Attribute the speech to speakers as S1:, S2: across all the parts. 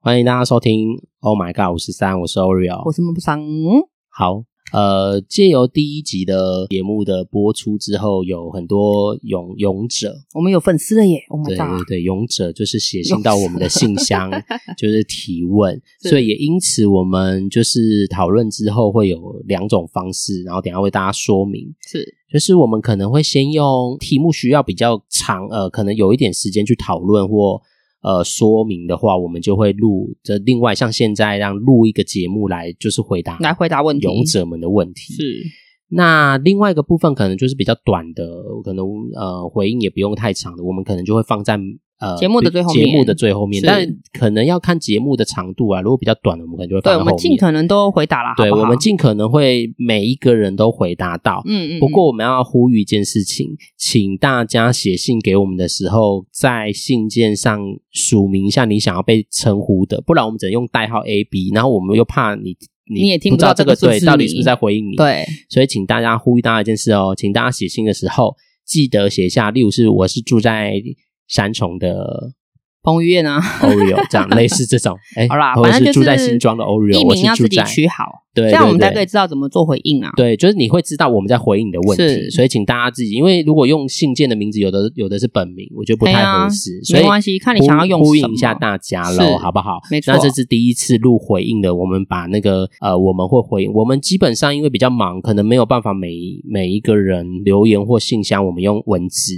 S1: 欢迎大家收听。Oh my god，五十三，我是 Oreo
S2: 我。什么不上？
S1: 好，呃，借由第一集的节目的播出之后，有很多勇勇者，
S2: 我们有粉丝了耶！Oh
S1: 对
S2: my
S1: 对
S2: god！
S1: 对，勇者就是写信到我们的信 箱，就是提问，
S2: 是
S1: 所以也因此我们就是讨论之后会有两种方式，然后等一下为大家说明。
S2: 是
S1: 就是我们可能会先用题目需要比较长，呃，可能有一点时间去讨论或呃说明的话，我们就会录这另外像现在让录一个节目来，就是回答
S2: 来回答问题。
S1: 勇者们的问题。
S2: 是
S1: 那另外一个部分可能就是比较短的，可能呃回应也不用太长的，我们可能就会放在呃
S2: 节目的最后面
S1: 节目的最后面，
S2: 是
S1: 但可能要看节目的长度啊。如果比较短的，我们可能就会放
S2: 对，
S1: 在后
S2: 我们
S1: 面。
S2: 尽可能都回答啦，
S1: 对
S2: 好不好
S1: 我们尽可能会每一个人都回答到。
S2: 嗯嗯嗯。
S1: 不过我们要呼吁一件事情，请大家写信给我们的时候，在信件上署名一下你想要被称呼的，不然我们只能用代号 A B，然后我们又怕你你
S2: 你也听
S1: 不
S2: 不
S1: 知道
S2: 到
S1: 这
S2: 这
S1: 个
S2: 个
S1: 对
S2: 是不是
S1: 到底是
S2: 你
S1: 不是在回应你，，
S2: 嗯对，
S1: 所以请大家呼吁大家一件事哦，请大家写信的时候记得写下，例如是我是住在山重的
S2: 彭于晏啊，
S1: Oreo 这样，类似这种，哎，
S2: 好啦，
S1: 或者
S2: 反正就是
S1: 住在新庄的 Oreo，
S2: 艺
S1: 我
S2: 名
S1: 是
S2: 要
S1: 住
S2: 自己
S1: 在
S2: 取好，
S1: 对，
S2: 这样我们
S1: 对
S2: 才
S1: 对
S2: 可以知道怎么做回应啊。
S1: 对，就是你会知道我们在回应你的问题，
S2: 是
S1: 所以请大家自己，因为如果用信件的名字，有的有的是本名，我觉得不
S2: 哎
S1: 太
S2: 呀
S1: 合适，所以
S2: 没关系，看你想要用
S1: 呼呼
S2: 什
S1: 应
S2: 么
S1: 一下大家
S2: 是
S1: 喽，好不好？
S2: 没错
S1: 那这是第一次录回应的，我们把那个呃，我们会回应，我们基本上因为比较忙，可能没有办法每每一个人留言或信箱，我们用文字。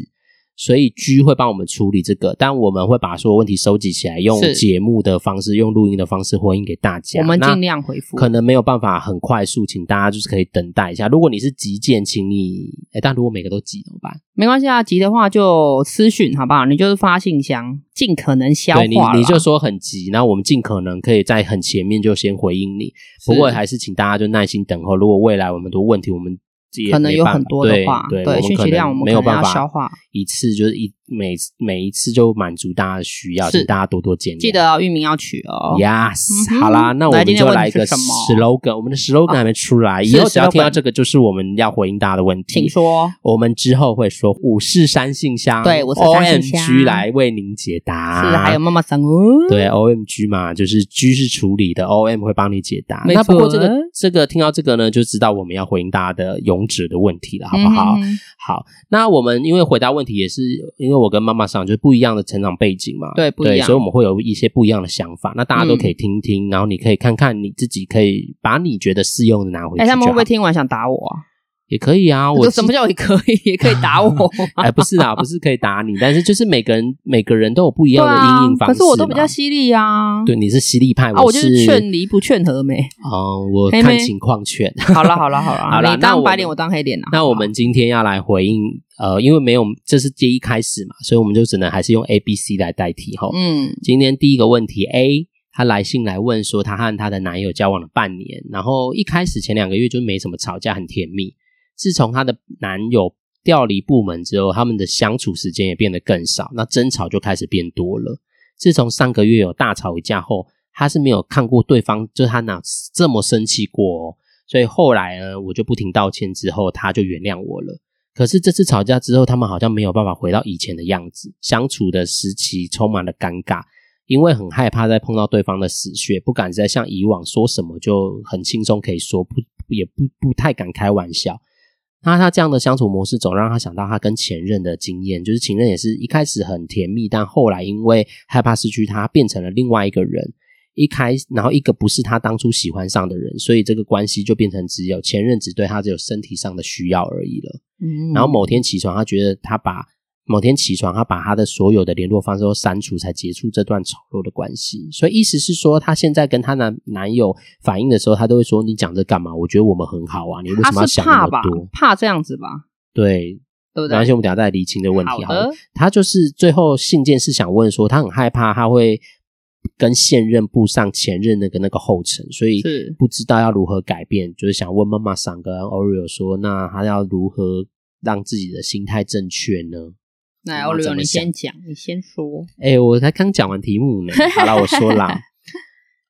S1: 所以 G 会帮我们处理这个，但我们会把所有问题收集起来，用
S2: 是
S1: 节目的方式，用录音的方式回应给大家。
S2: 我们
S1: 那
S2: 尽量回复。
S1: 可能没有办法很快速，请大家就是可以等待一下。如果你是急件，请你哎，但如果每个都急怎么办？
S2: 没关系啊，急的话就私讯好不好？你就是发信箱，尽可能消化
S1: 对你
S2: 啦
S1: 你就说很急，那我们尽可能可以在很前面就先回应你。不过还是请大家就耐心等候。如果未来我们的问题，我们也
S2: 可能
S1: 没
S2: 有
S1: 办法
S2: 很多的话，
S1: 对
S2: 对
S1: 我们
S2: 讯
S1: 可
S2: 息
S1: 能
S2: 量我们
S1: 没
S2: 可
S1: 有
S2: 能
S1: 办
S2: 要
S1: 法
S2: 消化。
S1: 一次就是一每每一次就满足大家的需要，
S2: 是
S1: 请大家多多见谅。
S2: 记得哦域名要取哦。
S1: Yes，、
S2: 嗯哼
S1: 好啦，那我
S2: 来
S1: 们
S2: 今天
S1: 就
S2: 问题
S1: 来一个
S2: 是什么哦
S1: slogan，我们的 slogan 还没出来，以
S2: 是
S1: 后只要听到
S2: slogan
S1: 这个，就是我们要回应大家的问题。
S2: 请说，
S1: 我们之后会说五四三信箱，
S2: 对五四三信箱
S1: OMG 来为您解答。
S2: 是还有妈妈桑哦，
S1: 对 OMG 嘛，就是 G 是处理的，OM 会帮你解答。
S2: 没
S1: 那不过
S2: 错
S1: 这个这个听到这个呢，就知道我们要回应大家的勇者的问题了，好不好？
S2: 嗯哼
S1: 好，那我们因为回答问题也是因为我跟妈妈上就是不一样的成长背景嘛，
S2: 对不一样嗯
S1: 所以我们会有一些不一样的想法。那大家都可以听听，然后你可以看看你自己可以把你觉得适用的拿回去
S2: 哎、
S1: 就好。
S2: 他们会不会听完想打我啊？
S1: 也可以啊，我
S2: 说什么叫也可以，也可以打我吗？
S1: 哎，不是啦，不是可以打你，但是就是每个人每个人都有不一样的
S2: 啊
S1: 阴影，方式嘛、
S2: 可是我都比较犀利啊。
S1: 对，你是犀利派，
S2: 啊，我就是是劝离不劝和 没。
S1: 嗯、我
S2: 黑
S1: 看
S2: 妹
S1: 情况劝。
S2: 好了好了好了，
S1: 好啦
S2: 你
S1: 那我
S2: 当
S1: 们
S2: 白脸，我当黑脸啊。
S1: 那我们今天要来回应，呃，因为没有这是第一开始嘛，所以我们就只能还是用 A、B、C 来代替哈。
S2: 嗯，
S1: 今天第一个问题 A，她来信来问说，她和她的男友交往了半年，然后一开始前两个月就没什么吵架，很甜蜜。自从她的男友调离部门之后，他们的相处时间也变得更少，那争吵就开始变多了。自从上个月有大吵一架后，她是没有看过对方，就是她哪这么生气过哦。所以后来呢，我就不停道歉，之后她就原谅我了。可是这次吵架之后，他们好像没有办法回到以前的样子，相处的时期充满了尴尬，因为很害怕再碰到对方的死穴，不敢再像以往说什么就很轻松可以说，不也不不太敢开玩笑。那他这样的相处模式，总让他想到他跟前任的经验，就是前任也是一开始很甜蜜，但后来因为害怕失去他，变成了另外一个人。一开，然后一个不是他当初喜欢上的人，所以这个关系就变成只有前任只对他只有身体上的需要而已了。
S2: 嗯
S1: 然后某天起床，他觉得他把某天起床，他把他的所有的联络方式都删除，才结束这段丑陋的关系。所以意思是说，她现在跟她男男友反映的时候，她都会说：“你讲这干嘛？我觉得我们很好啊，你为什么
S2: 他
S1: 要
S2: 是
S1: 想那
S2: 怕吧
S1: 么多，
S2: 怕这样子吧，？”
S1: 对，
S2: 对不
S1: 而且
S2: 对？
S1: 我们等一下再厘清这个问题好了。
S2: 的，
S1: 他就是最后信件是想问说，他很害怕他会跟现任步上前任那个那个后尘，所以
S2: 是
S1: 不知道要如何改变，就是想问妈妈桑跟 Oreo 说，那他要如何让自己的心态正确呢？
S2: 那
S1: 我
S2: 欧
S1: 们怎
S2: 柳
S1: 么
S2: 你
S1: 想
S2: 先讲，你先说。
S1: 哎、我才刚讲完 题目呢。好了，我说啦，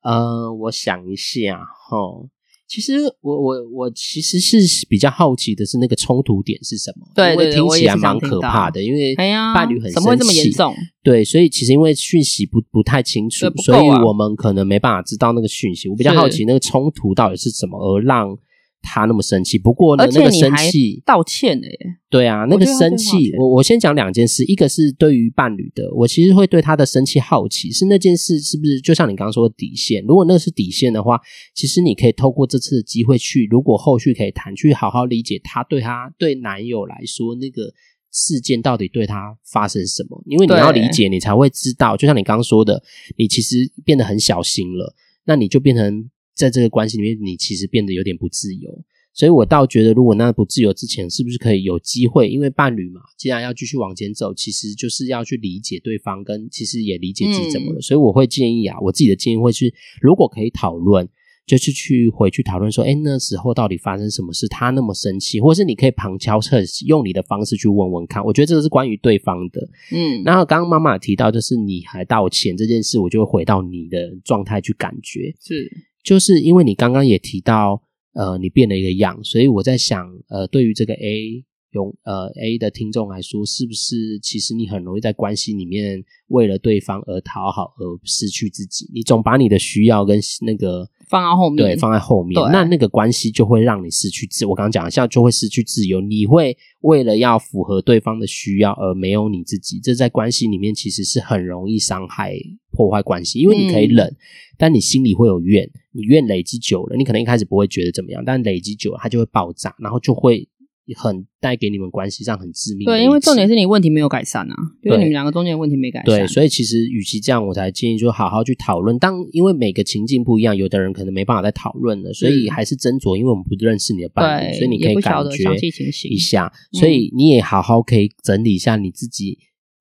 S1: 呃，我想一下哈，其实我我我其实是比较好奇的是那个冲突点是什么，
S2: 对
S1: 因为
S2: 对对
S1: 听
S2: 我
S1: 起
S2: 也
S1: 来
S2: 是想
S1: 蛮
S2: 听
S1: 可
S2: 到
S1: 怕的，因为
S2: 哎呀，
S1: 伴侣很
S2: 怎么会这么
S1: 生气
S2: 严重？
S1: 对，所以其实因为讯息不不太清楚
S2: 对，不够
S1: 所
S2: 啊
S1: 以我们可能没办法知道那个讯息。我比较好奇那个冲突到底是怎么而让他那么生气。不过呢
S2: 而，
S1: 那
S2: 且
S1: 个
S2: 你
S1: 生
S2: 还
S1: 气，
S2: 道歉了耶，
S1: 对啊，那个
S2: 觉得他
S1: 生
S2: 对话
S1: 气，
S2: 权
S1: 我我先讲两件事，一个是对于伴侣的，我其实会对他的生气好奇，是那件事是不是就像你刚刚说的底线？如果那是底线的话，其实你可以透过这次的机会去，如果后续可以谈，去好好理解他对他对男友来说那个。事件到底对他发生什么？因为你
S2: 对
S1: 要理解，你才会知道。就像你刚刚说的，你其实变得很小心了，那你就变成在这个关系里面，你其实变得有点不自由。所以我倒觉得，如果那不自由之前，是不是可以有机会？因为伴侣嘛，既然要继续往前走，其实就是要去理解对方，跟其实也理解自己怎么了。所以我会建议啊，我自己的建议会是，如果可以讨论，就是去回去讨论说，哎，那时候到底发生什么事？他那么生气，或是你可以旁敲侧击，用你的方式去问问看。我觉得这个是关于对方的。
S2: 嗯，
S1: 然后刚刚妈妈有提到，就是你还道歉这件事，我就会回到你的状态去感觉。
S2: 是
S1: 就是因为你刚刚也提到，呃，你变了一个样，所以我在想，呃，对于这个 A 用呃 A 的听众来说，是不是其实你很容易在关系里面为了对方而讨好而失去自己？你总把你的需要跟那个
S2: 放到后面
S1: 对放在后面，
S2: 对
S1: 那那个关系就会让你失去自。我刚刚讲一下，就会失去自由，你会为了要符合对方的需要而没有你自己，这在关系里面其实是很容易伤害破坏关系，因为你可以
S2: 嗯
S1: 忍。但你心里会有怨，你怨累积久了，你可能一开始不会觉得怎么样，但累积久了它就会爆炸，然后就会很带给你们关系上很致命的
S2: 对，因为重点
S1: 是
S2: 是你问题没有改善啊，就是
S1: 对
S2: 你们两个中间的问题没改善。
S1: 对，所以其实与其这样，我才建议就好好去讨论。当因为每个情境不一样，有的人可能没办法再讨论了，所以还是斟酌，因为我们不认识你的伴侣，
S2: 嗯对
S1: 所以你可
S2: 也
S1: 以
S2: 不
S1: 感
S2: 晓得
S1: 觉
S2: 详细情形嗯
S1: 一下，所以你也好好可以整理一下你自己。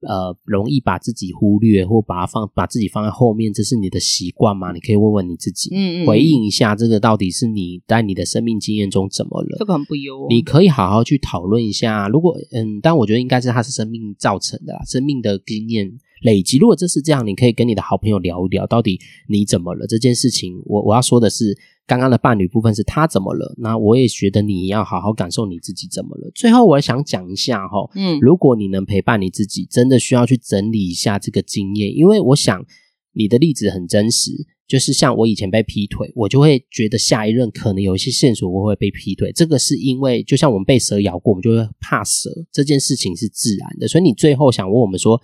S1: 呃，容易把自己忽略或把它放把自己放在后面，这是你的习惯吗？你可以问问你自己。
S2: 嗯，嗯嗯，
S1: 回应一下，这个到底是你在你的生命经验中怎么
S2: 这
S1: 了？
S2: 个很不优哦。
S1: 你可以好好去讨论一下。如果嗯，但我觉得应该是它是生命造成的啦，生命的经验累积。如果这是这样，你可以跟你的好朋友聊一聊，到底你怎么了这件事情。我我要说的是，刚刚的伴侣部分是他怎么了，那我也觉得你要好好感受你自己怎么了。最后，我想讲一下哈、
S2: 嗯，
S1: 如果你能陪伴你自己，真的需要去整理一下这个经验，因为我想你的例子很真实，就是像我以前被劈腿，我就会觉得下一任可能有一些线索我会被劈腿，这个是因为就像我们被蛇咬过，我们就会怕蛇，这件事情是自然的，所以你最后想问我们说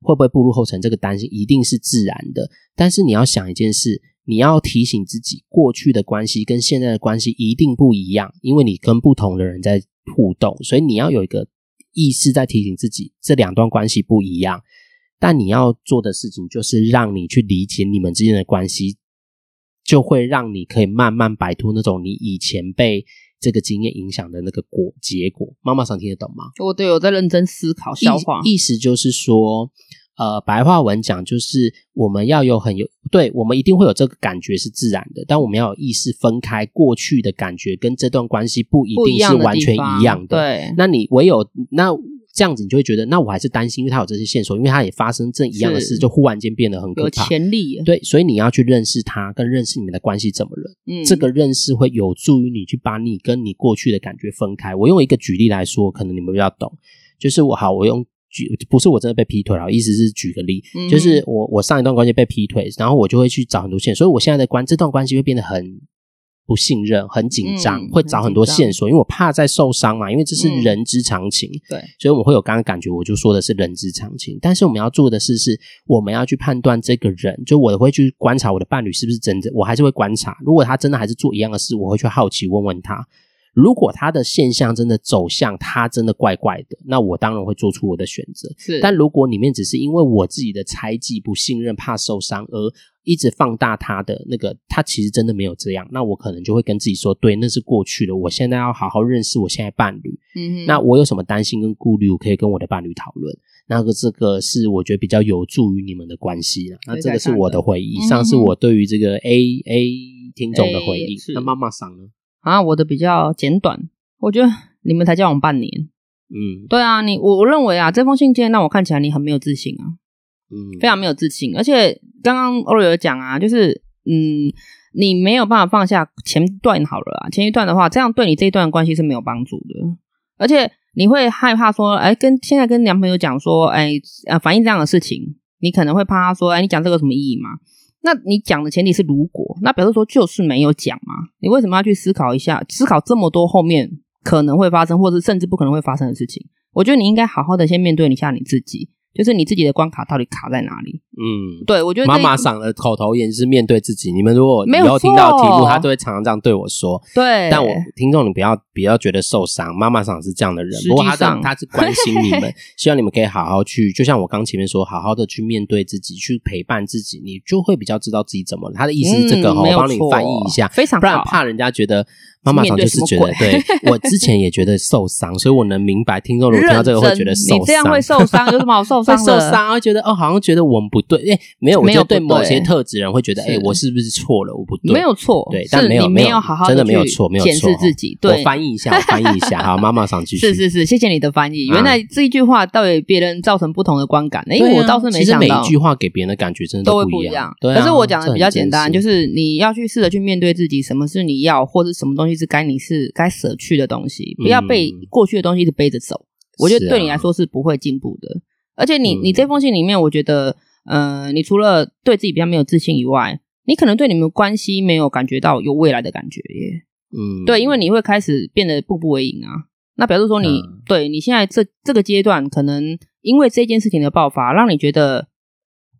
S1: 会不会步入后尘，这个担心一定是自然的，但是你要想一件事，你要提醒自己，过去的关系跟现在的关系一定不一样，因为你跟不同的人在互动，所以你要有一个意识在提醒自己，这两段关系不一样。但你要做的事情就是让你去理解你们之间的关系，就会让你可以慢慢摆脱那种你以前被这个经验影响的那个果结果。妈妈想听得懂吗？
S2: 我对我在认真思考消化。
S1: 意意思就是说，呃，白话文讲就是我们要有很有，对我们一定会有这个感觉是自然的，但我们要有意识分开过去的感觉跟这段关系不一
S2: 不
S1: 定
S2: 样
S1: 是
S2: 的
S1: 完
S2: 地
S1: 全
S2: 方
S1: 一样的。
S2: 对，
S1: 那你唯有那这样子，你就会觉得，那我还是担心，因为他有这些线索，因为他也发生这一样的事，
S2: 是
S1: 就忽然间变得很可
S2: 有
S1: 怕。
S2: 潜力耶，
S1: 对，所以你要去认识他，跟认识你们的关系怎么了。
S2: 嗯，
S1: 这个认识会有助于你去把你跟你过去的感觉分开。我用一个举例来说，可能你们比较懂，就是我好，我用举不是我真的被劈腿啊了，我意思是举个例，
S2: 嗯
S1: 就是我我上一段关系被劈腿，然后我就会去找很多线索，所以我现在的关这段关系会变得很。不信任，很紧张，
S2: 嗯
S1: 会找很多线索，因为我怕再受伤嘛，因为这是
S2: 嗯
S1: 人之常情。
S2: 对，
S1: 所以我们会有刚刚感觉，我就说的是人之常情。但是我们要做的事是，我们要去判断这个人，就我会去观察我的伴侣是不是真的，我还是会观察。如果他真的还是做一样的事，我会去好奇问问他。如果他的现象真的走向他真的怪怪的，那我当然会做出我的选择。
S2: 是，
S1: 但如果里面只是因为我自己的猜忌、不信任、怕受伤而一直放大他的那个，他其实真的没有这样，那我可能就会跟自己说，对，那是过去的，我现在要好好认识我现在伴侣。
S2: 嗯哼
S1: 那我有什么担心跟顾虑，我可以跟我的伴侣讨论。那个这个是我觉得比较有助于你们的关系啦。那
S2: 对
S1: 这个是我的回应，
S2: 改
S1: 以
S2: 善
S1: 上
S2: 的
S1: 是
S2: 嗯哼
S1: 我对于这个 A A 听众的回应
S2: A，。是
S1: 那妈妈桑呢？
S2: 啊，我的比较简短，我觉得你们才交往半年，
S1: 嗯
S2: 对啊，你我我认为啊，这封信件让我看起来你很没有自信啊，
S1: 嗯，
S2: 非常没有自信，而且刚刚欧瑞有讲啊，就是嗯，你没有办法放下前段好了啦，啊前一段的话，这样对你这一段关系是没有帮助的，而且你会害怕说，哎，跟现在跟男朋友讲说，哎，呃，反映这样的事情，你可能会怕他说，哎，你讲这个有什么意义吗？那你讲的前提是如果，那表示说就是没有讲嘛，你为什么要去思考一下，思考这么多后面可能会发生，或者甚至不可能会发生的事情？我觉得你应该好好的先面对一下你自己，就是你自己的关卡到底卡在哪里？
S1: 嗯，
S2: 对我觉得这
S1: 妈妈嗓的口头禅是面对自己。你们如果以
S2: 没有
S1: 后听到题目，
S2: 错
S1: 她都会常常这样对我说。
S2: 对，
S1: 但我听众，你不要不要觉得受伤。妈妈嗓是这样的人
S2: 实，际
S1: 不过她是
S2: 上
S1: 她是关心你 们，希望你们可以好好去，就像我刚前面说，好好的去面对自己，去陪伴自己，你就会比较知道自己怎么了。她的意思是这个
S2: 嗯
S1: 哈，
S2: 没
S1: 我
S2: 有
S1: 帮你
S2: 错
S1: 翻译一下，
S2: 非常
S1: 不然
S2: 好
S1: 怕人家觉得妈妈
S2: 面
S1: 常
S2: 对
S1: 就
S2: 什
S1: 是
S2: 么
S1: 觉得，
S2: 鬼
S1: 对我之前也觉得受伤，所以我能明白听众如果听到这个会觉得受伤，
S2: 认真你这样会受伤，有什么好受
S1: 会
S2: 伤的？
S1: 受伤，会觉得哦，好像觉得我们不对，哎、没有，我
S2: 没
S1: 觉
S2: 有
S1: 得对
S2: 不对
S1: 某些特质人会觉得，哎、
S2: 是
S1: 我是不是错了？我不对，
S2: 没有错，
S1: 对
S2: 是
S1: 但没有
S2: 你
S1: 没有
S2: 有好好
S1: 真的
S2: 的
S1: 没有错没有
S2: 检视
S1: 错
S2: 自己。
S1: 我
S2: 对，
S1: 翻译一下，我翻译一下，好，妈妈想继续，
S2: 是是是，谢谢你的翻译。
S1: 啊
S2: 原来这一句话对别人造成不同的观感，哎，
S1: 对啊，
S2: 我倒是没
S1: 其实
S2: 想
S1: 每
S2: 到
S1: 一。句话给别人的感觉真的
S2: 都会
S1: 不
S2: 不
S1: 一
S2: 一
S1: 样
S2: 样，，
S1: 对、啊。
S2: 可是我讲的
S1: 这
S2: 比较
S1: 很
S2: 简
S1: 真
S2: 单，
S1: 实
S2: 就是你要去试着去面对自己，什么是你要，或者什么东西是该你是该舍去的东西，不要被
S1: 嗯
S2: 过去的东西一直背着走。我觉
S1: 是
S2: 得
S1: 啊
S2: 对你来说是不会进步的。而且你
S1: 嗯
S2: 你这封信里面，我觉得，呃，你除了对自己比较没有自信以外，你可能对你们关系没有感觉到有未来的感觉耶。
S1: 嗯，
S2: 对，因为你会开始变得步步为营啊。那表示说你、
S1: 嗯
S2: 对你现在这这个阶段，可能因为这件事情的爆发，让你觉得，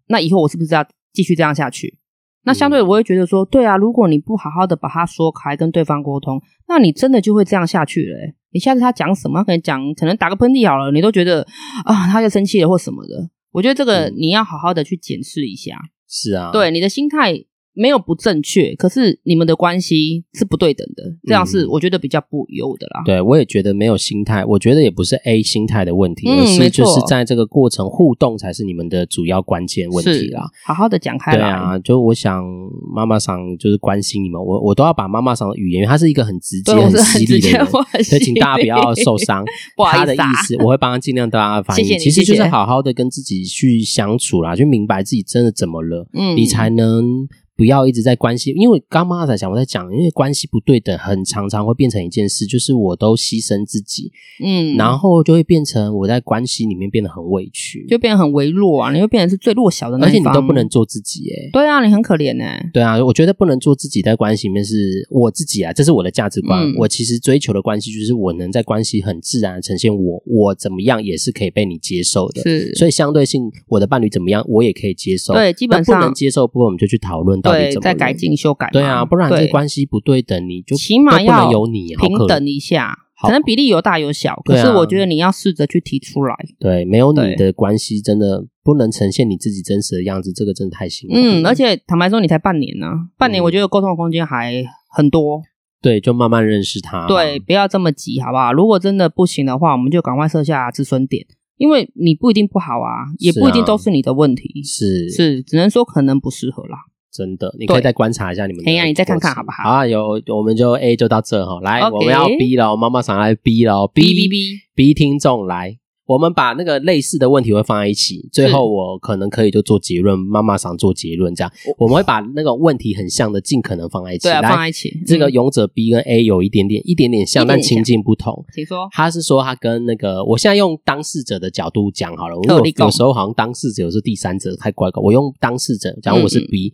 S2: 那以后我是不是要继续这样下去？那相对
S1: 嗯
S2: 我会觉得说，对啊，如果你不好好的把它说开，跟对方沟通，那你真的就会这样下去了欸、你下次他讲什么，他可能讲可能打个喷嚏好了，你都觉得啊，他就生气了或什么的。我觉得这个
S1: 嗯
S2: 你要好好的去检视一下。
S1: 是啊，
S2: 对，你的心态没有不正确，可是你们的关系是不对等的，这样是
S1: 嗯
S2: 我觉得比较不优的啦。
S1: 对，我也觉得没有心态，我觉得也不是 A 心态的问题，
S2: 嗯
S1: 而是
S2: 没
S1: 就是
S2: 错
S1: 在这个过程互动才是你们的主要关键问题
S2: 是
S1: 啦。，
S2: 好好的讲开
S1: 对
S2: 来。
S1: 啊，就我想妈妈桑就是关心你们，我我都要把妈妈桑的语言，因为她是一个很直接、
S2: 对，我是
S1: 犀
S2: 很直
S1: 利的
S2: 接，
S1: 人，
S2: 我很
S1: 所以请大家不要
S2: 犀利
S1: 受伤。
S2: 不好
S1: 她的
S2: 意思啊
S1: 意思，我会帮她尽量帮她翻译。
S2: 谢谢你
S1: 其实就
S2: 谢
S1: 是
S2: 谢
S1: 好好的跟自己去相处啦，去明白自己真的怎么了，
S2: 嗯
S1: 你才能。不要一直在关系，因为刚刚妈妈在讲，我在讲，因为关系不对等，很常常会变成一件事，就是我都牺牲自己，
S2: 嗯，
S1: 然后就会变成我在关系里面变得很委屈，
S2: 就变得很微弱啊，你会变成是最弱小的那
S1: 而
S2: 一
S1: 且你
S2: 方
S1: 都不能。做自己、欸，
S2: 对啊，你很可怜呢、
S1: 对啊，我觉得不能做自己在关系里面是我自己啊，这是我的价值观。
S2: 嗯
S1: 我其实追求的关系就是我能在关系很自然的呈现我，我怎么样也是可以被你接受的。
S2: 是，
S1: 所以相对性，我的伴侣怎么样，我也可以接受。
S2: 对基本
S1: 那不能
S2: 上
S1: 接受的部分，我们就去讨论到底
S2: 对，
S1: 怎么
S2: 再
S1: 了
S2: 改。进修改嘛。
S1: 对啊，不然这
S2: 对
S1: 关系不对等，你就
S2: 起码
S1: 都不能
S2: 要
S1: 有你好可
S2: 平等一下，
S1: 好
S2: 可能比例有大有小，可
S1: 对啊
S2: 是我觉得你要试着去提出来。
S1: 对，没有你
S2: 对
S1: 的关系真的不能呈现你自己真实的样子，这个真的太辛苦了。
S2: 嗯，而且坦白说，你才半年呢、半
S1: 嗯
S2: 年我觉得沟通的空间还很多。
S1: 对，就慢慢认识他。
S2: 对，，不要这么急，好不好？如果真的不行的话，我们就赶快设下止损点，因为你不一定不好啊，也
S1: 是
S2: 不一定
S1: 啊
S2: 都是你的问题，
S1: 是
S2: 是只能说可能不适合啦。
S1: 真的，你可以
S2: 对
S1: 再观察一下你们的过
S2: 哎
S1: 程。
S2: 呀你再看看好不好
S1: 啊，有，我们就 A 就到这哈，来
S2: OK
S1: 我们要 B 了，妈妈想来 B 了，B
S2: 哔哔哔
S1: B 听众来。我们把那个类似的问题会放在一起，最后我可能可以就做结论，妈妈想做结论这样，我们会把那个问题很像的尽可能放在一起。
S2: 哦对啊，
S1: 来
S2: 放在一起。
S1: 这个
S2: 嗯，
S1: 勇者 B 跟 A 有一点点一点点像，
S2: 一点
S1: 但
S2: 点像
S1: 情境不同。
S2: 请说。
S1: 他是说他跟那个，我现在用当事者的角度讲好了，因为
S2: 哦
S1: 我
S2: 你讲
S1: 有时候好像当事者，有时候第三者太怪了。我用当事者，假如我是
S2: 嗯嗯
S1: B。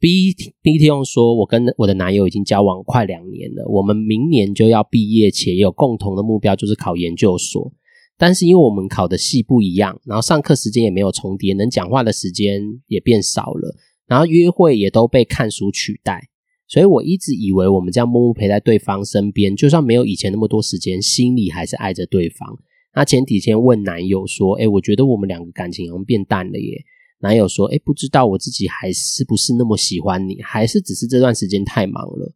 S1: B B T 用说，我跟我的男友已经交往快两年了，我们明年就要毕业，且也有共同的目标，就是考研究所。但是因为我们考的系不一样，然后上课时间也没有重叠，能讲话的时间也变少了，然后约会也都被看书取代，所以我一直以为我们这样默默陪在对方身边，就算没有以前那么多时间，心里还是爱着对方。那前几天问男友说：“哎，我觉得我们两个感情好像变淡了耶。”男友说：“哎，不知道我自己还是不是那么喜欢你，还是只是这段时间太忙了。”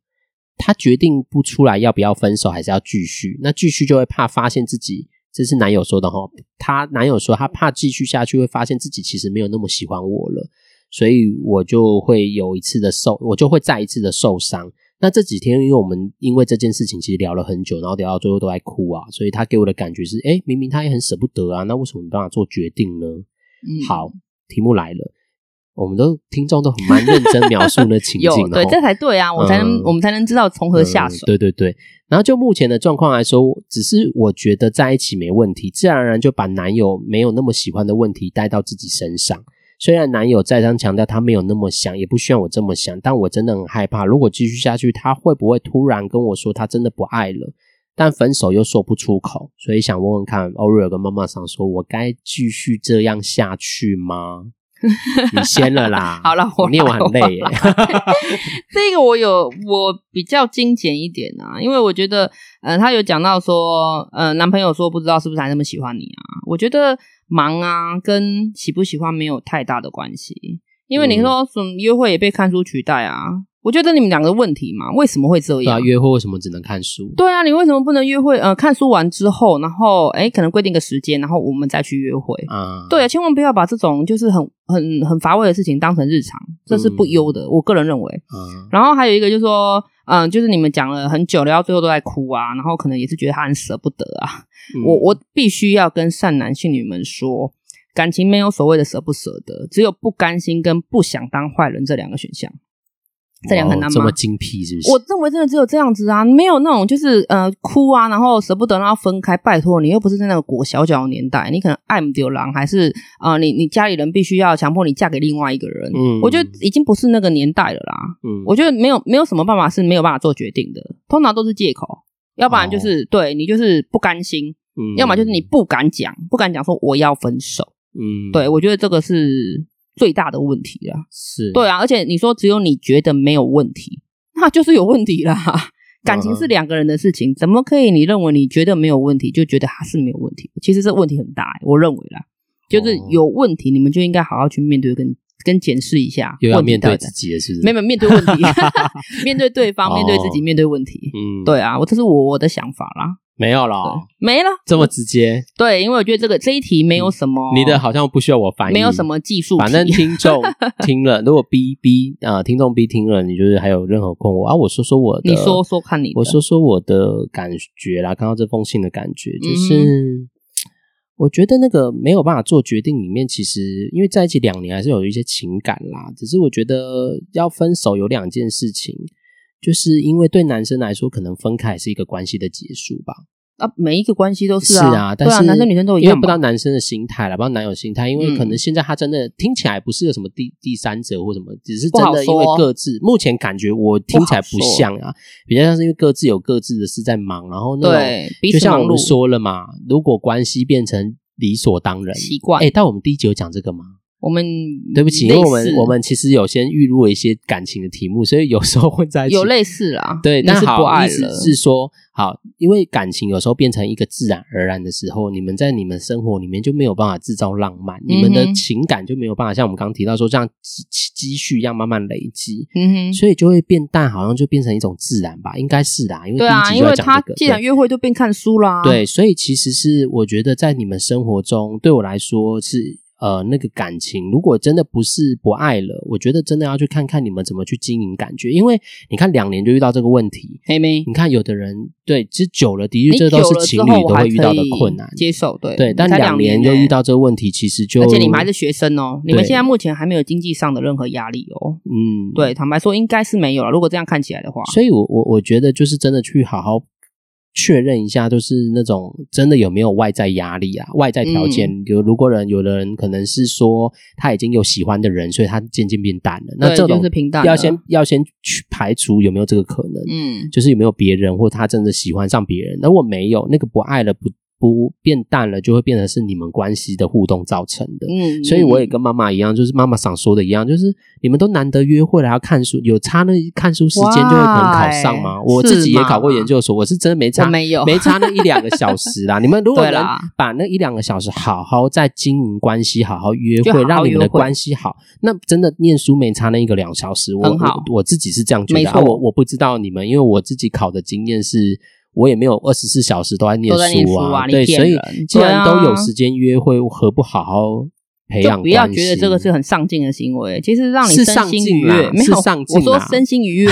S1: 他决定不出来要不要分手，还是要继续。那继续就会怕发现自己，这是男友说的哈、他男友说他怕继续下去会发现自己其实没有那么喜欢我了，所以我就会有一次的受，我就会再一次的受伤。那这几天，因为我们因为这件事情其实聊了很久，然后聊到最后都在哭啊，所以他给我的感觉是，哎，明明他也很舍不得啊，那为什么没办法做决定呢？
S2: 嗯，
S1: 好，题目来了，我们都听众都很蛮认真描述那情境
S2: 有
S1: 哦，
S2: 对，这才对啊，我才能、
S1: 嗯
S2: 我们才能知道从何下
S1: 嗯。
S2: 手
S1: 对对对。然后就目前的状况来说，只是我觉得在一起没问题，自然而然就把男友没有那么喜欢的问题带到自己身上。虽然男友再三强调他没有那么想，也不需要我这么想，但我真的很害怕，如果继续下去，他会不会突然跟我说他真的不爱了？但分手又说不出口，所以想问问看，欧瑞尔跟妈妈桑说，我该继续这样下去吗？你先了啦，
S2: 好了，我
S1: 念
S2: 来
S1: 完很
S2: 我
S1: 累耶
S2: 来这个我有，我比较精简一点啊，因为我觉得，呃，他有讲到说，呃，男朋友说不知道是不是还那么喜欢你啊？我觉得忙啊，跟喜不喜欢没有太大的关系，因为你
S1: 嗯
S2: 说什么约会也被看书取代啊，我觉得你们两个问题嘛，为什么会这
S1: 对啊，
S2: 样？
S1: 约会为什么只能看书？
S2: 对啊，你为什么不能约会？呃，看书完之后，然后哎，可能规定个时间，然后我们再去约会。
S1: 啊，
S2: 对啊，千万不要把这种就是很很很乏味的事情当成日常，这是不优的。我个人认为。
S1: 嗯
S2: 然后还有一个就是说，嗯，就是你们讲了很久了，然后最后都在哭啊，然后可能也是觉得他很舍不得啊。
S1: 嗯
S2: 我我必须要跟善男信女们说，感情没有所谓的舍不舍得，只有不甘心跟不想当坏人这两个选项。这两个
S1: 嗯
S2: 很
S1: 哇
S2: 难
S1: 这
S2: 吗
S1: 么？精辟是不是？
S2: 我认为真的只有这样子啊，没有那种就是呃哭啊，然后舍不得，然后分开。拜托你又不是在那个裹小脚的年代，你可能爱不丢狼，还是呃你你家里人必须要强迫你嫁给另外一个人。
S1: 嗯
S2: 我觉得已经不是那个年代了啦。
S1: 嗯
S2: 我觉得没有没有什么办法是没有办法做决定的，通常都是借口，要不然就是、对你就是不甘心，
S1: 哦嗯
S2: 要么就是你不敢讲，不敢讲说我要分手。
S1: 嗯
S2: 对我觉得这个是最大的问题啦。
S1: 是
S2: 对啊，而且你说只有你觉得没有问题，那就是有问题啦。 感情
S1: 嗯
S2: 是两个人的事情，怎么可以你认为你觉得没有问题，就觉得他是没有问题的？其实这问题很大、欸，我认为啦，就是
S1: 哦
S2: 有问题，你们就应该好好去面对跟跟检视一下，
S1: 又要面对
S2: 问题
S1: 自
S2: 到底
S1: 己了是不
S2: 在
S1: 是？
S2: 没有没有面对问 题， 面对对方，
S1: 哦
S2: 面对自己，面对问题。
S1: 嗯
S2: 对啊，我这是我我的想法啦。
S1: 没有
S2: 对，
S1: 啦，
S2: 没了。
S1: 这么直接，
S2: 对，因为我觉得这个这一题没有什么，
S1: 嗯你的好像不需要我翻译，
S2: 哦没有什。么技术题，
S1: 反正听众听了，如果 B B 啊，听众 B 听了，你就是还有任何困惑啊，我说说我的，
S2: 你说说看你的
S1: 我说说我的感觉啦，看到这封信的感觉，
S2: 嗯
S1: 就是、我觉得那个没有办法做决定里面，其实因为在一起两年还是有一些情感啦，只是我觉得要分手有两件事情，就是因为对男生来说，可能分开也是一个关系的结束吧。
S2: 啊，每一个关系都是
S1: 啊，
S2: 啊，
S1: 但
S2: 对
S1: 是、
S2: 啊，男生女生都一
S1: 因为
S2: 样
S1: 不知道
S2: 吧。嗯
S1: 男生的心态啦，不知道男友心态，因为可能现在他真的、听起来不是有什么第第三者或什么，只是真
S2: 不好
S1: 的因
S2: 说啊
S1: 为各自目前感觉我听起来不像啊，比较像是因为各自有各自的事在忙，然后那种
S2: 对，彼
S1: 就
S2: 此
S1: 像
S2: 忙
S1: 我们
S2: 碌
S1: 说了嘛，如果关系变成理所当然，
S2: 习惯
S1: 哎、。但我们第一集有讲这个吗？
S2: 我们
S1: 对不起，因
S2: 嗯类
S1: 为
S2: 似
S1: 我们我们其实有先预录了一些感情的题目，所以有时候混在一起。
S2: 有类似啦，
S1: 对，
S2: 但
S1: 但
S2: 是不
S1: 好
S2: 爱
S1: 意思
S2: 了，
S1: 是说，好，因为感情有时候变成一个自然而然的时候，你们在你们生活里面就没有办法制造浪漫，你们
S2: 嗯
S1: 的
S2: 哼
S1: 情感就没有办法像我们刚刚提到说这样积积积蓄一样慢慢累积，
S2: 嗯哼，
S1: 所以就会变淡，好像就变成一种自然吧，应该是啦，因为第
S2: 对
S1: 一集
S2: 啊，因
S1: 就在
S2: 为
S1: 讲
S2: 他
S1: 这个。
S2: 既
S1: 对
S2: 然约会就变看书啦，，
S1: 对，所以其实是我觉得在你们生活中，对我来说是呃那个感情，如果真的不是不爱了，我觉得真的要去看看你们怎么去经营感觉，因为你看两年就遇到这个问题。
S2: 黑妹，
S1: 你看，有的人对，其实久了，的
S2: 你
S1: 确这都
S2: 久
S1: 是
S2: 了之
S1: 情
S2: 后
S1: 侣都
S2: 我还
S1: 会遇到
S2: 可
S1: 的
S2: 以
S1: 困难。
S2: 接受对
S1: 对，但
S2: 才
S1: 两
S2: 两
S1: 年就遇，到这个问题，其实就
S2: 而且你们还是学生哦，你们
S1: 对
S2: 现在目前还没有经济上的任何压力哦，
S1: 嗯，
S2: 对，坦白说应该是没有了，如果这样看起来的话，
S1: 所以我，我我觉得就是真的去好好确认一下，就是那种真的有没有外在压力啊，外在条
S2: 嗯
S1: 件。有、如果人有的人可能是说他已经有喜欢的人，所以他渐渐变淡了。那
S2: 对
S1: 这
S2: 就
S1: 种
S2: 是平淡了
S1: 要先要先去排除有没有这个可能，
S2: 嗯，
S1: 就是有没有别人或他真的喜欢上别人。如果没有，那个不爱了不不变淡了，就会变成是你们关系的互动造成的。
S2: 嗯，
S1: 所以我也跟妈妈一样，就是妈妈想说的一样，就是你们都难得约会了，还要看书，有差那看书时间就会可能考上吗？
S2: 哇
S1: 我自己也
S2: 是吗
S1: 考过研究所，我是真的没
S2: 我
S1: 差，
S2: 没有，
S1: 没差那一两个小时 啦。你们如果
S2: 对
S1: 能
S2: 啦
S1: 把那一两个小时好好在经营关系，好好约
S2: 就好
S1: 会，
S2: 好
S1: 让你们的
S2: 约会
S1: 关系好，那真的念书没差那一个两小时。我
S2: 很好
S1: 我我自己是这样觉
S2: 没
S1: 得，
S2: 错
S1: 啊我我不知道你们，因为我自己考的经验是。我也没有二十四小时都在念
S2: 都在念
S1: 书
S2: 书啊你
S1: 对，
S2: 骗
S1: 所以
S2: 人
S1: 既然
S2: 对
S1: 都
S2: 啊
S1: 有时间约会，何不好好培
S2: 就
S1: 养
S2: 不要
S1: 关
S2: 觉得
S1: 系
S2: 这个是很上进的行为，其实让你
S1: 是
S2: 身
S1: 上
S2: 心
S1: 进
S2: 愉
S1: 啦
S2: 悦，没
S1: 是
S2: 有
S1: 上进
S2: 我说
S1: 啦
S2: 身心愉 悦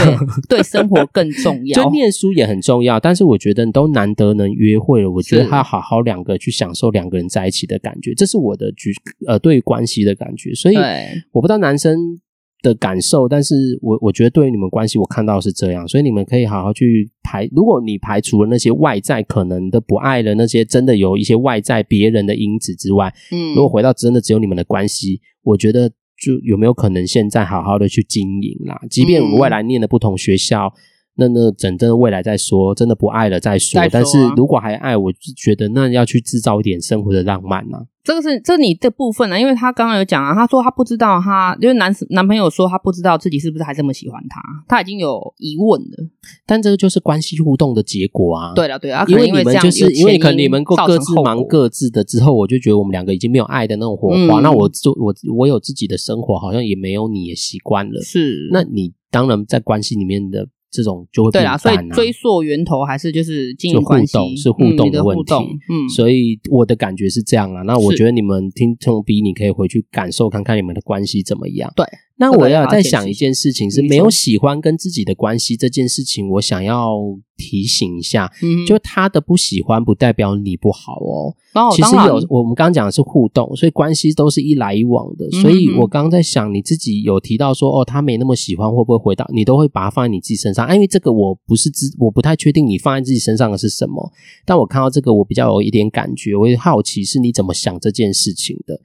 S2: 对生活更重要
S1: 就。念书也很重要，但是我觉得都难得能约会了，我觉得
S2: 是
S1: 他好好两个去享受两个人在一起的感觉，这是我的局呃对于关系的感觉。所以
S2: 对
S1: 我不知道男生的感受，但是我我觉得对于你们关系，我看到是这样，所以你们可以好好去排。如果你排除了那些外在可能的不爱了，那些真的有一些外在别人的因子之外，
S2: 嗯
S1: 如果回到真的只有你们的关系，我觉得就有没有可能现在好好的去经营啦？即便我未来念的不同学校，那那整真的未来再说，真的不爱了再说。
S2: 再说啊
S1: 但是如果还爱，我就觉得那要去制造一点生活的浪漫啊。
S2: 这个是这你的部分呢、因为他刚刚有讲啊，他说他不知道他，因为男男朋友说他不知道自己是不是还这么喜欢他，他已经有疑问
S1: 嗯
S2: 了。
S1: 但这个就是关系互动的结果啊。
S2: 对。了，对了，他
S1: 因
S2: 可
S1: 为
S2: 能
S1: 你
S2: 这
S1: 们
S2: 样
S1: 就是
S2: 有
S1: 因为
S2: 前
S1: 可能你
S2: 因
S1: 们各
S2: 造
S1: 各
S2: 成
S1: 自
S2: 后
S1: 忙
S2: 果
S1: 各自的之后，我就觉得我们两个已经没有爱的那种火花。
S2: 嗯
S1: 那我就我我有自己的生活，好像也没有你也习惯了。
S2: 是
S1: 那你当然在关系里面的这种就会
S2: 对
S1: 变
S2: 啦，所
S1: 淡
S2: 以
S1: 啊
S2: 追溯源头还是就是经
S1: 就
S2: 营
S1: 互
S2: 关系
S1: 动是互
S2: 嗯你
S1: 动的
S2: 的
S1: 问
S2: 互
S1: 题
S2: 动嗯，
S1: 所以我的感觉是这样啦。那我
S2: 是
S1: 觉得你们听众 B，你可以回去感受看看你们的关系怎么样。
S2: 对，
S1: 那
S2: 这个
S1: 我
S2: 要
S1: 要
S2: 好
S1: 再
S2: 解
S1: 想
S2: 释
S1: 一件事情是
S2: 你
S1: 没有
S2: 说
S1: 喜欢跟自己的关系这件事情，我想要提醒一下，
S2: 嗯
S1: 就他的不喜欢不代表你不好哦。
S2: 然后
S1: 其实
S2: 当然
S1: 有我们刚刚讲的是互动，所以关系都是一来一往的。所以
S2: 嗯哼
S1: 我刚刚在想，你自己有提到说哦，他没那么喜欢，会不会回到你都会把它放在你自己身上？啊因为这个我不是知，我不太确定你放在自己身上的是什么。但我看到这个，我比较有一点感觉，我会好奇是你怎么想这件事情的。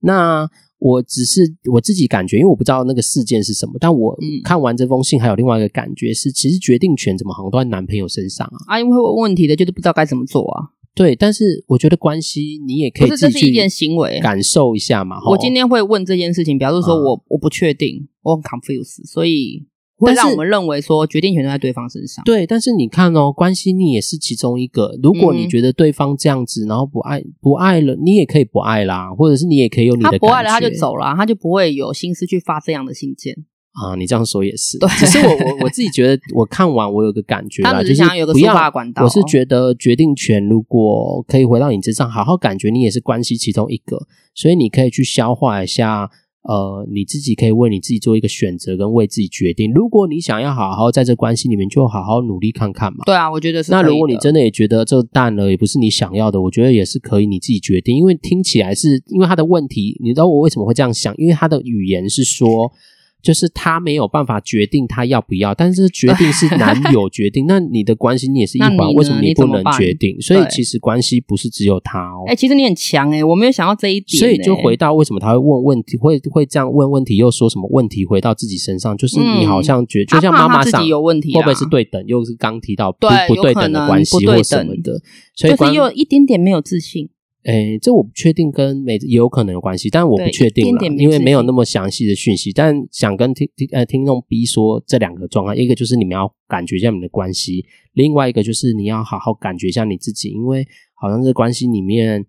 S1: 那我只是我自己感觉，因为我不知道那个事件是什么，但我
S2: 嗯
S1: 看完这封信，还有另外一个感觉是，其实决定权怎么好像都在男朋友身上啊。
S2: 啊，因为会问问题的就是不知道该怎么做啊，
S1: 对，但是我觉得关系你也可以
S2: 不是
S1: 自
S2: 这
S1: 己
S2: 是一
S1: 去
S2: 件行为
S1: 感受一下嘛。
S2: 我
S1: 齁
S2: 今天会问这件事情，表示说
S1: 嗯
S2: 我、我不确定，我很 confused，所以
S1: 但是
S2: 会让我们认为说决定权都在对方身上。
S1: 对，但是你看哦，关系你也是其中一个。如果你
S2: 嗯
S1: 觉得对方这样子，然后不爱不爱了，你也可以不爱啦，或者是你也可以有你的
S2: 他
S1: 感
S2: 不
S1: 觉。
S2: 爱了，他就走了啊，他就不会有心思去发这样的信件。
S1: 啊！你这样说也是，
S2: 对
S1: 只是我我我自己觉得，我看完我有个感觉啦，
S2: 他只
S1: 就是
S2: 是想要有个哦
S1: 不
S2: 抒
S1: 要
S2: 发的管道。
S1: 我是觉得决定权如果可以回到你身上，好好感觉你也是关系其中一个，所以你可以去消化一下。呃，你自己可以为你自己做一个选择，跟为自己决定。如果你想要好好在这关系里面，就好好努力看看嘛。
S2: 对啊，我觉得是可以
S1: 那
S2: 的。
S1: 如果你真的也觉得这淡了，也不是你想要的，我觉得也是可以你自己决定。因为听起来是因为他的问题，你知道我为什么会这样想？因为他的语言是 说，就是他没有办法决定他要不要，但是决定是男友决定。那你的关系你也是一环
S2: 那你，呢
S1: 为什么
S2: 你
S1: 不
S2: 怎么
S1: 能
S2: 办
S1: 决定？所以
S2: 对
S1: 其实关系不是只有他哦。
S2: 哎、其实你很强哎、我没有想到这一点、
S1: 所以就
S2: 哎
S1: 回到为什么他会问问题，会会这样问问题，又说什么问题回到自己身上，就是你
S2: 嗯
S1: 好像觉，
S2: 他
S1: 就像
S2: 怕
S1: 妈
S2: 他
S1: 妈
S2: 自
S1: 上
S2: 己有问题啦，啊
S1: 会不会是对等？又是刚提到不
S2: 对
S1: 不
S2: 有
S1: 对
S2: 可
S1: 等的
S2: 能
S1: 关系
S2: 不对
S1: 或什
S2: 等
S1: 么的，所以
S2: 就
S1: 关
S2: 是又有一点点没有自信？
S1: 诶，这我不确定跟每也有可能有关系，但我不
S2: 对
S1: 确定
S2: 一
S1: 啦
S2: 点点没
S1: 因为
S2: 自
S1: 没有
S2: 信
S1: 那么详细的讯息。但想跟听听呃听众 B 说这两个状况，一个就是你们要感觉一下你们的关系，另外一个就是你要好好感觉一下你自己，因为好像这关系里面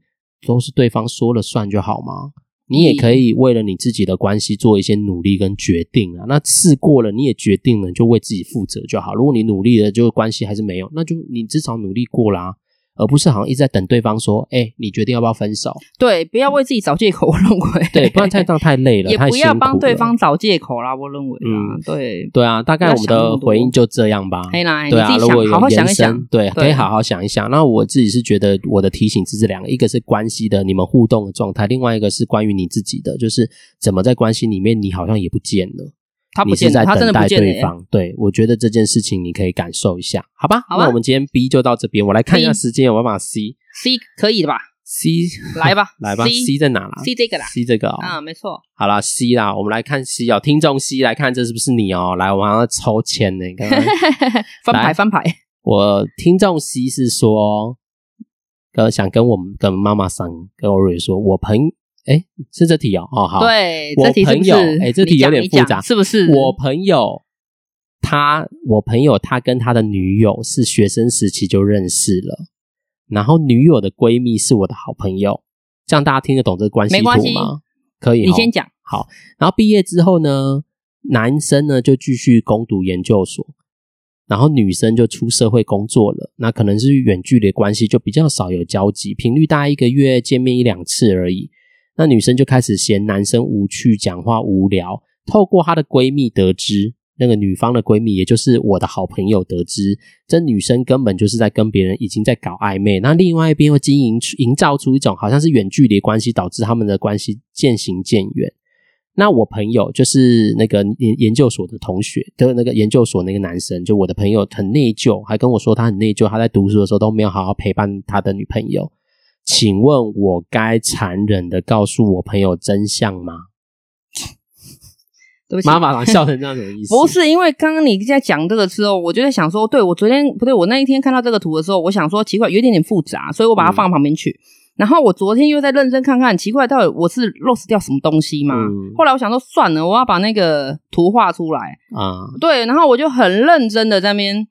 S1: 都是对方说了算就好吗？你
S2: 嗯
S1: 也可以为了你自己的关系做一些努力跟决定啊。那试过了，你也决定了，你就为自己负责就好。如果你努力了，就关系还是没有，那就你至少努力过啦、而不是好像一直在等对方说：“哎、你决定要不要分手
S2: 对，不要为自己找借口，我认为？”
S1: 对，不然太这样太累了，
S2: 也
S1: 太
S2: 不
S1: 辛苦
S2: 要
S1: 了。
S2: 帮对方找借口啦，我认为啦，
S1: 嗯
S2: 对，
S1: 对啊，大概我们
S2: 不要想那
S1: 的
S2: 么多
S1: 回应就这样吧。
S2: 黑来，
S1: 对啊，
S2: 哎你自
S1: 如
S2: 己
S1: 果
S2: 想，
S1: 有
S2: 好好想一
S1: 延
S2: 想
S1: 伸，对，
S2: 对
S1: 可以好好想一想。那我自己是觉得我的提醒是这两个，一个是关系的你们互动的状态，另外一个是关于你自己的，就是怎么在关系里面你好像也不见了，
S2: 他不
S1: 你是
S2: 见了，
S1: 在
S2: 他真
S1: 等
S2: 的
S1: 待
S2: 不见了
S1: 对
S2: 耶。
S1: 方。对，我觉得这件事情你可以感受一下，好吧？
S2: 好啊
S1: 那我们今天 B 就到这边，我来看一下
S2: B
S1: 时间，我要把 C
S2: C 可以 的吧？
S1: C，
S2: 来吧
S1: 来吧
S2: C
S1: ，C 在哪啦
S2: C 这个啦，
S1: ？C 这个哦，
S2: 啊，没错，
S1: 好啦 c 啦，我们来看 C 哦，听众 C 来看这是不是你哦？来，我们要抽签呢。刚刚
S2: 翻
S1: 来
S2: 牌翻牌，
S1: 我听众 C 是说，呃，想跟我们跟妈妈桑跟 Ori 说，我朋哎是这题哦，哦好，，
S2: 对，
S1: 我
S2: 这题是不
S1: 朋
S2: 是
S1: 友？哎这题
S2: 你讲
S1: 有点
S2: 你讲
S1: 复杂
S2: 是不是？
S1: 我朋友他，我朋友他跟他的女友是学生时期就认识了，然后女友的闺蜜是我的好朋友，这样大家听得懂这个关系
S2: 没
S1: 图
S2: 关系
S1: 吗？可以，
S2: 你先
S1: 讲。
S2: 讲，
S1: 然后毕业之后呢，男生呢就继续攻读研究所，然后女生就出社会工作了。那可能是远距离的关系，就比较少有交集，频率大概一个月见面一两次而已。那女生就开始嫌男生无趣、讲话无聊。透过她的闺蜜得知，那个女方的闺蜜，也就是我的好朋友得知，这女生根本就是在跟别人已经在搞暧昧。那另外一边又经营出营造出一种好像是远距离关系，导致他们的关系渐行渐远。那我朋友就是那个研研究所的同学，的那个研究所那个男生，就我的朋友很内疚，还跟我说他很内疚，他在读书的时候都没有好好陪伴他的女朋友。请问我该残忍的告诉我朋友真相吗？
S2: 对不起，
S1: 妈妈长笑成这样什么意思？
S2: 不是因为刚刚你在讲这个之后，我就在想说，对我昨天不对，我那一天看到这个图的时候，我想说奇怪，有一点点复杂，所以我把它
S1: 嗯
S2: 放旁边去。然后我昨天又在认真看看，奇怪，到底我是 lost 掉什么东西吗？
S1: 嗯
S2: 后来我想说，算了，我要把那个图画出来。
S1: 啊，
S2: 对，然后我就很认真的在那边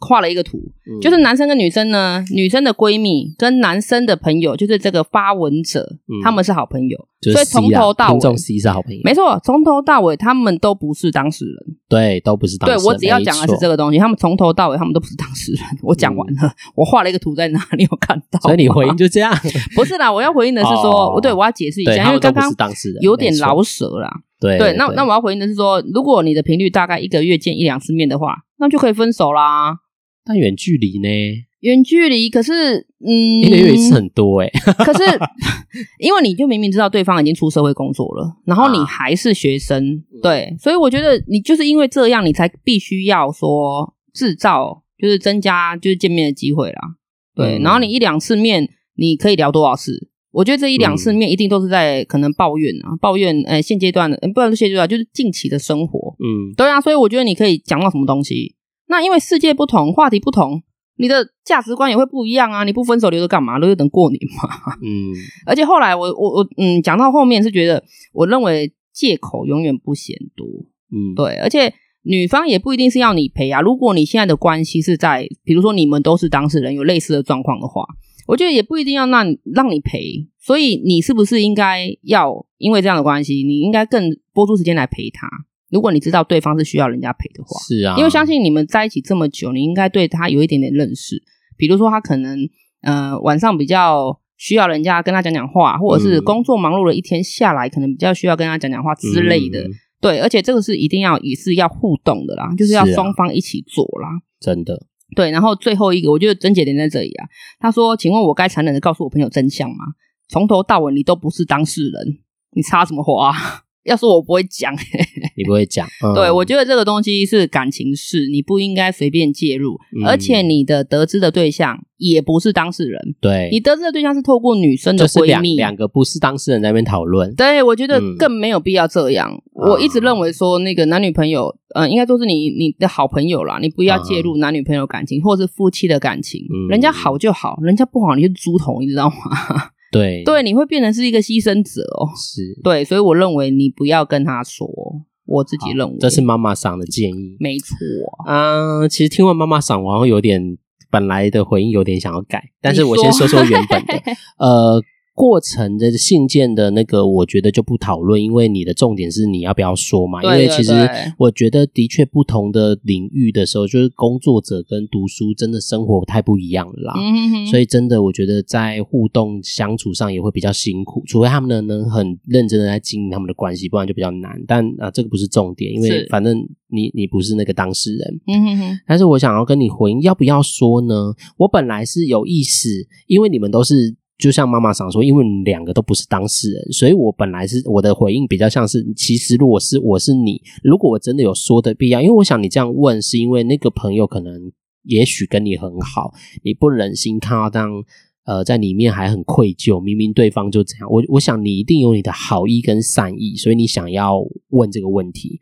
S2: 画了一个图，
S1: 嗯
S2: 就是男生跟女生呢，女生的闺蜜跟男生的朋友，就是这个发文者，
S1: 嗯
S2: 他们是好朋友，
S1: 就是
S2: 所以从
S1: C 啊
S2: 头到
S1: 听众
S2: 尾，
S1: C 是好朋友，
S2: 没错，从头到尾他们都不是当事人。
S1: 对，都不是当
S2: 对
S1: 事人
S2: 我只要讲的是这。
S1: 没错嗯
S2: 个东西，他们从头到尾他们都不是当事人。我讲完了，我画了一个图在哪里， 有看到吗。
S1: 所以你回应就这样，
S2: 不是啦，我要回应的是说，
S1: 哦
S2: 我对我要解释一
S1: 对，
S2: 下，
S1: 他
S2: 因为
S1: 们都
S2: 刚
S1: 不
S2: 刚
S1: 是当事人，
S2: 有点老
S1: 没错
S2: 舍啦。
S1: 对
S2: 对，那那我要回应的是说，如果你的频率大概一个月见一两次面的话，那就可以分手啦。
S1: 但远距离呢，
S2: 远距离，可是嗯，
S1: 一个月一次很多哎，
S2: 可是因为你就明明知道对方已经出社会工作了，然后你
S1: 啊嗯
S2: 还是学生，对，所以我觉得你就是因为这样，你才必须要说制造，就是增加就是见面的机会啦。对，
S1: 嗯
S2: 然后你一两次面，你可以聊多少次？我觉得这一两
S1: 嗯
S2: 次面一定都是在可能抱怨啊，抱怨呃现阶段的，呃不然说现阶段就是近期的生活，
S1: 嗯，
S2: 对啊，所以我觉得你可以讲到什么东西。那因为世界不同，话题不同，你的价值观也会不一样啊！你不分手留着干嘛？留着等过年嘛。
S1: 嗯，
S2: 而且后来我我我嗯，讲到后面是觉得，我认为借口永远不嫌多，
S1: 嗯，
S2: 对，而且女方也不一定是要你赔啊。如果你现在的关系是在，比如说你们都是当事人，有类似的状况的话，我觉得也不一定要让你让你赔。所以你是不是应该要因为这样的关系，你应该更拨出时间来陪他？如果你知道对方是需要人家陪的话，
S1: 是啊，
S2: 因为相信你们在一起这么久，你应该对他有一点点认识。比如说，他可能呃晚上比较需要人家跟他讲讲话，或者是
S1: 嗯
S2: 工作忙碌了一天下来，可能比较需要跟他讲讲话之类的。
S1: 嗯
S2: 对，而且这个是一定要也是要互动的啦，就是要
S1: 是啊
S2: 双方一起做啦。
S1: 真的，
S2: 对，然后最后一个，我觉得症结点在这里啊。他说：“请问我该残忍的告诉我朋友真相吗？从头到尾你都不是当事人，你插什么花、 要是我不会讲、
S1: 你不会讲，嗯
S2: 对，我觉得这个东西是感情事，你不应该随便介入，
S1: 嗯
S2: 而且你的得知的对象也不是当事人，
S1: 对，
S2: 你得知的对象是透过女生的
S1: 就是
S2: 闺
S1: 两
S2: 蜜。
S1: 两个不是当事人在那边讨论，
S2: 对，我觉得
S1: 嗯啊
S2: 更没有必要这样。我一直认为说，那个男女朋友，嗯、应该都是你你的好朋友啦，你不要介入男女朋友感情，或者是夫妻的感情。
S1: 啊嗯
S2: 人家好就好，人家不好你就猪头，你知道吗？
S1: 对
S2: 对，你会变成是一个牺牲者哦。
S1: 是，
S2: 对，所以我认为你不要跟他说，我自己认为
S1: 这是妈妈桑的建议。
S2: 没错。
S1: 嗯，其实听完妈妈桑，我好像有点本来的回应有点想要改，但是
S2: 你
S1: 我
S2: 说
S1: 先说说原 本的，呃。过程的信件的那个，我觉得就不讨论，因为你的重点是你要不要说嘛。
S2: 对
S1: 啊因为其实
S2: 对对
S1: 我觉得，的确不同的领域的时候，就是工作者跟读书真的生活太不一样了啦。
S2: 嗯哼哼
S1: 所以真的，我觉得在互动相处上也会比较辛苦，除非他们呢能很认真的在经营他们的关系，不然就比较难。但啊、呃这个不是重点，因为
S2: 是
S1: 反正你你不是那个当事人。
S2: 嗯哼哼，
S1: 但是我想要跟你回应，要不要说呢？我本来是有意思，因为你们都是。就像妈妈想说，因为你们两个都不是当事人，所以我本来是我的回应比较像是，其实如果是我是你，如果我真的有说的必要，因为我想你这样问，是因为那个朋友可能也许跟你很好，你不忍心看到这样，呃，在里面还很愧疚，明明对方就这样。我我想你一定有你的好意跟善意，所以你想要问这个问题。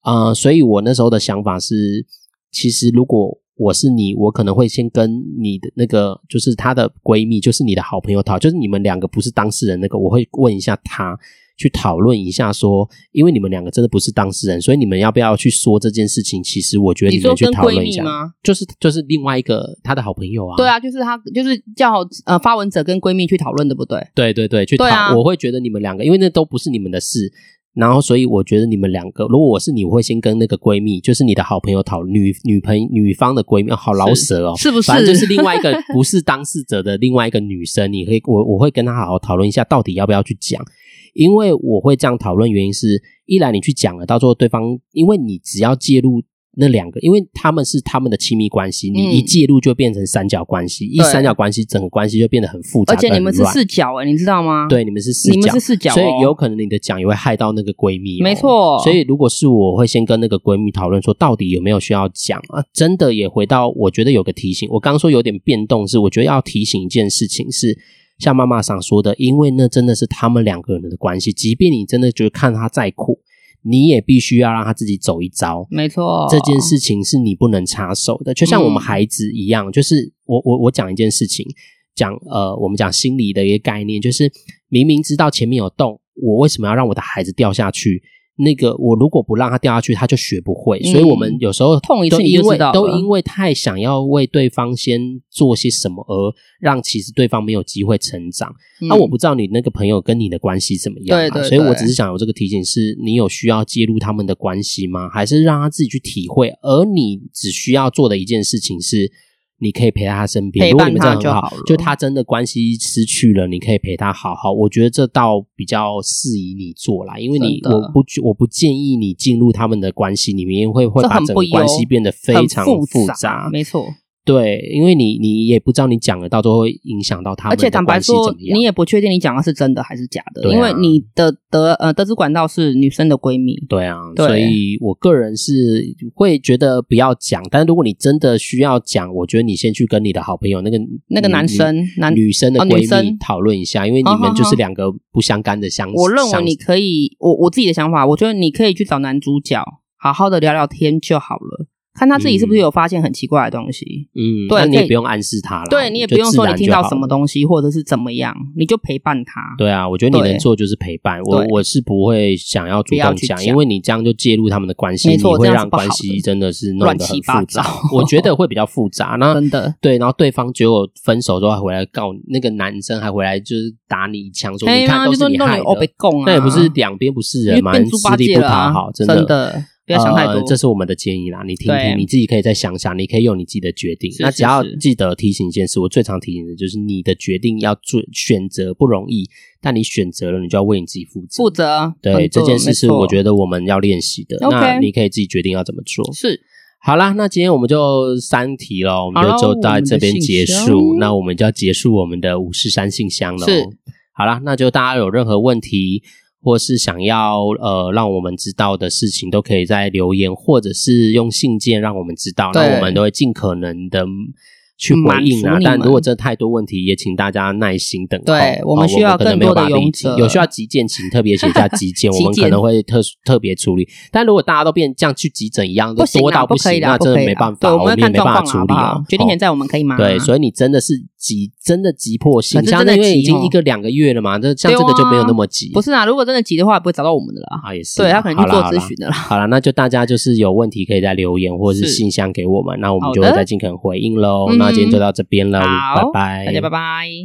S1: 啊、所以我那时候的想法是，其实如果我是你，我可能会先跟你的那个，就是她的闺蜜，就是你的好朋友讨，就是你们两个不是当事人那个，我会问一下她，去讨论一下说，因为你们两个真的不是当事人，所以你们要不要去说这件事情？其实我觉得
S2: 你
S1: 你
S2: 说
S1: 们去
S2: 跟
S1: 讨
S2: 闺
S1: 论一
S2: 蜜
S1: 下，
S2: 吗？
S1: 就是就是另外一个她的好朋友啊，
S2: 对，啊，就是她，就是叫呃发文者跟闺蜜去讨论，对不对？
S1: 对对对，去讨，
S2: 对啊
S1: 我会觉得你们两个，因为那都不是你们的事，然后，所以我觉得你们两个，如果我是你，我会先跟那个闺蜜，就是你的好朋友讨女女朋女方的闺蜜，哦好老舍哦，
S2: 是不是
S1: 反正就是另外一 个不是当事者的另外一个女生，你可以我我会跟她好好讨论一下，到底要不要去讲。因为我会这样讨论，原因是一来你去讲了，到最后对方，因为你只要介入那两个，因为他们是他们的亲密关系，
S2: 嗯
S1: 你一介入就变成三角关系，一
S2: 对
S1: 三角关系整个关系就变得很复杂，
S2: 而且你们是
S1: 很乱
S2: 四角哎、你知道吗？，
S1: 对，你们是四
S2: 你们
S1: 角
S2: 是，四角、哦，
S1: 所以有可能你的讲也会害到那个闺蜜、哦
S2: 没。错，
S1: 所以，如果是我，我会先跟那个闺蜜讨论说，到底有没有需要讲啊？真的也回到，我觉得有个提醒，我刚说有点变动是，我觉得要提醒一件事情是，像妈妈上说的，因为那真的是他们两个人的关系，即便你真的觉得看她再苦，你也必须要让她自己走一遭。
S2: 没错，嗯
S1: 这件事情是你不能插手的，就像我们孩子一样，就是我我我讲一件事情，讲呃，我们讲心理的一个概念，就是明明知道前面有洞，我为什么要让我的孩子掉下去？那个我如果不让他掉下去，他就学不会。
S2: 嗯
S1: 所以我们有时候
S2: 痛一次
S1: 都
S2: 你就
S1: 因为
S2: 知道了
S1: 都因为太想要为对方先做些什么，而让其实对方没有机会成长。
S2: 嗯，
S1: 那、我不知道你那个朋友跟你的关系怎么样、啊，
S2: 对对
S1: 所以我
S2: 对
S1: 只是想有这个提醒是，你有需要介入他们的关系吗？还是让他自己去体会？而你只需要做的一件事情是，你可以陪在他身边，
S2: 陪
S1: 如果
S2: 伴
S1: 你们这样
S2: 他就
S1: 很
S2: 好了
S1: 就他真的关系失去了，你可以陪他好好。我觉得这倒比较适宜你做啦，因为你
S2: 真的
S1: 我不我不建议你进入他们的关系里面，会会
S2: 这
S1: 把
S2: 很
S1: 整
S2: 不
S1: 个
S2: 优
S1: 关系变得非常
S2: 很复
S1: 杂。
S2: 没错。
S1: 对，因为你你也不知道你讲了，到最后会影响到他
S2: 而
S1: 们
S2: 且
S1: 的
S2: 坦白
S1: 关系
S2: 说
S1: 怎么，样
S2: 你。也不确定你讲的是真的还是假的，
S1: 对啊
S2: 因为你的得呃得知管道是女生的闺蜜。
S1: 对啊，
S2: 对
S1: 所以我个人是会觉得不要讲，但如果你真的需要讲，我觉得你先去跟你的好朋友那个
S2: 那个
S1: 女
S2: 男生
S1: 女
S2: 男
S1: 女生的
S2: 哦女
S1: 闺蜜
S2: 生
S1: 讨论一下，因为
S2: 好
S1: 你
S2: 好
S1: 们就是
S2: 好
S1: 两个不相干的相。
S2: 我认为
S1: 相
S2: 你可以，我我自己的想法，我觉得你可以去找男主角好好的聊聊天就好了，看他自己是不是有发现很奇怪的东西。
S1: 嗯，
S2: 对
S1: 那你
S2: 可
S1: 也
S2: 以
S1: 不用暗示他了，
S2: 对你也
S1: 就
S2: 不用
S1: 自
S2: 说你
S1: 然
S2: 听
S1: 就
S2: 到
S1: 好
S2: 什么
S1: 了
S2: 东西或者是怎么样，你就陪伴他。
S1: 对啊，我觉得你
S2: 对
S1: 能做就是陪伴。我
S2: 对
S1: 我是不会想要主
S2: 不要
S1: 动
S2: 去
S1: 讲，
S2: 讲
S1: 因为你这样就介入他们的关系，
S2: 没
S1: 你
S2: 错
S1: 会
S2: 这样是
S1: 让
S2: 不好
S1: 关系
S2: 的
S1: 真的是弄
S2: 乱
S1: 得很
S2: 七八
S1: 复杂
S2: 糟。
S1: 我觉得会比较复杂。那
S2: 真的，
S1: 对，然后对方结果分手之后还回来告你那个男生，还回来就是打你一枪，说
S2: 哎
S1: 你看
S2: 妈
S1: 都
S2: 就是说
S1: 你
S2: 弄
S1: 害
S2: 你欧被
S1: 的。
S2: 供啊，
S1: 那也不是两边不是
S2: 因
S1: 人
S2: 为
S1: 嘛，
S2: 变猪八
S1: 吃力
S2: 戒
S1: 不
S2: 了
S1: 讨
S2: 啊，
S1: 好，
S2: 真
S1: 的。
S2: 不要想太多
S1: 呃，。这是我们的建议啦，你听
S2: 对
S1: 听，你自己可以再想想，你可以用你自己的决定。
S2: 是
S1: 那
S2: 是
S1: 只要
S2: 是
S1: 记得提醒一件事，我最常提醒的就是你的决定要做选择不容易，但你选择了，你就要为你自己负责。
S2: 负责
S1: 对这件事是我觉
S2: 得
S1: 得我们要练习的。
S2: OK
S1: 那你可以自己决定要怎么做。
S2: 是
S1: 好啦，那今天我们就三题了，我们
S2: 好
S1: 就
S2: 咯
S1: 就到这边结
S2: 我
S1: 束。
S2: 们的信箱
S1: 那我们就要结束我们的五十三信箱了。
S2: 是，
S1: 好啦，那就大家有任何问题或是想要呃让我们知道的事情，都可以在留言或者是用信件让我们知道，
S2: 对嗯
S1: 那我们都会尽可能的。去回应
S2: 满足
S1: 啊！
S2: 你们
S1: 但如果真的太多问题，也请大家耐心等候。
S2: 对我
S1: 好
S2: 们需要
S1: 可能
S2: 更
S1: 没有
S2: 多的
S1: 办法理
S2: 勇
S1: 解
S2: 者
S1: 有需要急件，请特别写下急 件，我们
S2: 急
S1: 可
S2: 件
S1: 能会特殊特别处理。但如果大家都变这样去急诊一样，
S2: 不行
S1: 多
S2: 啦
S1: 到
S2: 不可
S1: 行
S2: 以，啦，
S1: 那
S2: 不
S1: 真的
S2: 可以
S1: 没
S2: 啦
S1: 办法，
S2: 对，我
S1: 们
S2: 们
S1: 也
S2: 看
S1: 没
S2: 状
S1: 办法
S2: 况啦，好
S1: 处
S2: 不
S1: 理啊
S2: 好。？决定权
S1: 在
S2: 在我们可以吗？
S1: 对，所以你真的是急，真的急迫性，
S2: 可是
S1: 像
S2: 真的
S1: 因为
S2: 急
S1: 已经
S2: 哦
S1: 一个两个月了嘛，这像
S2: 对
S1: 这个就没有
S2: 啊
S1: 那么急，
S2: 以不是啊，如果真的急的话，也不会找到我们的啦。
S1: 啊，也是，
S2: 对他可能
S1: 好
S2: 去
S1: 啦
S2: 做
S1: 好
S2: 咨
S1: 啦
S2: 询的啦。
S1: 好了，那就大家就是有问题可以再留言或者是
S2: 是
S1: 信箱给我们，那我们
S2: 好
S1: 就会
S2: 的
S1: 再尽可能回应喽。
S2: 嗯
S1: 那今天就到这边了，拜
S2: 好
S1: 拜，
S2: 大家拜拜。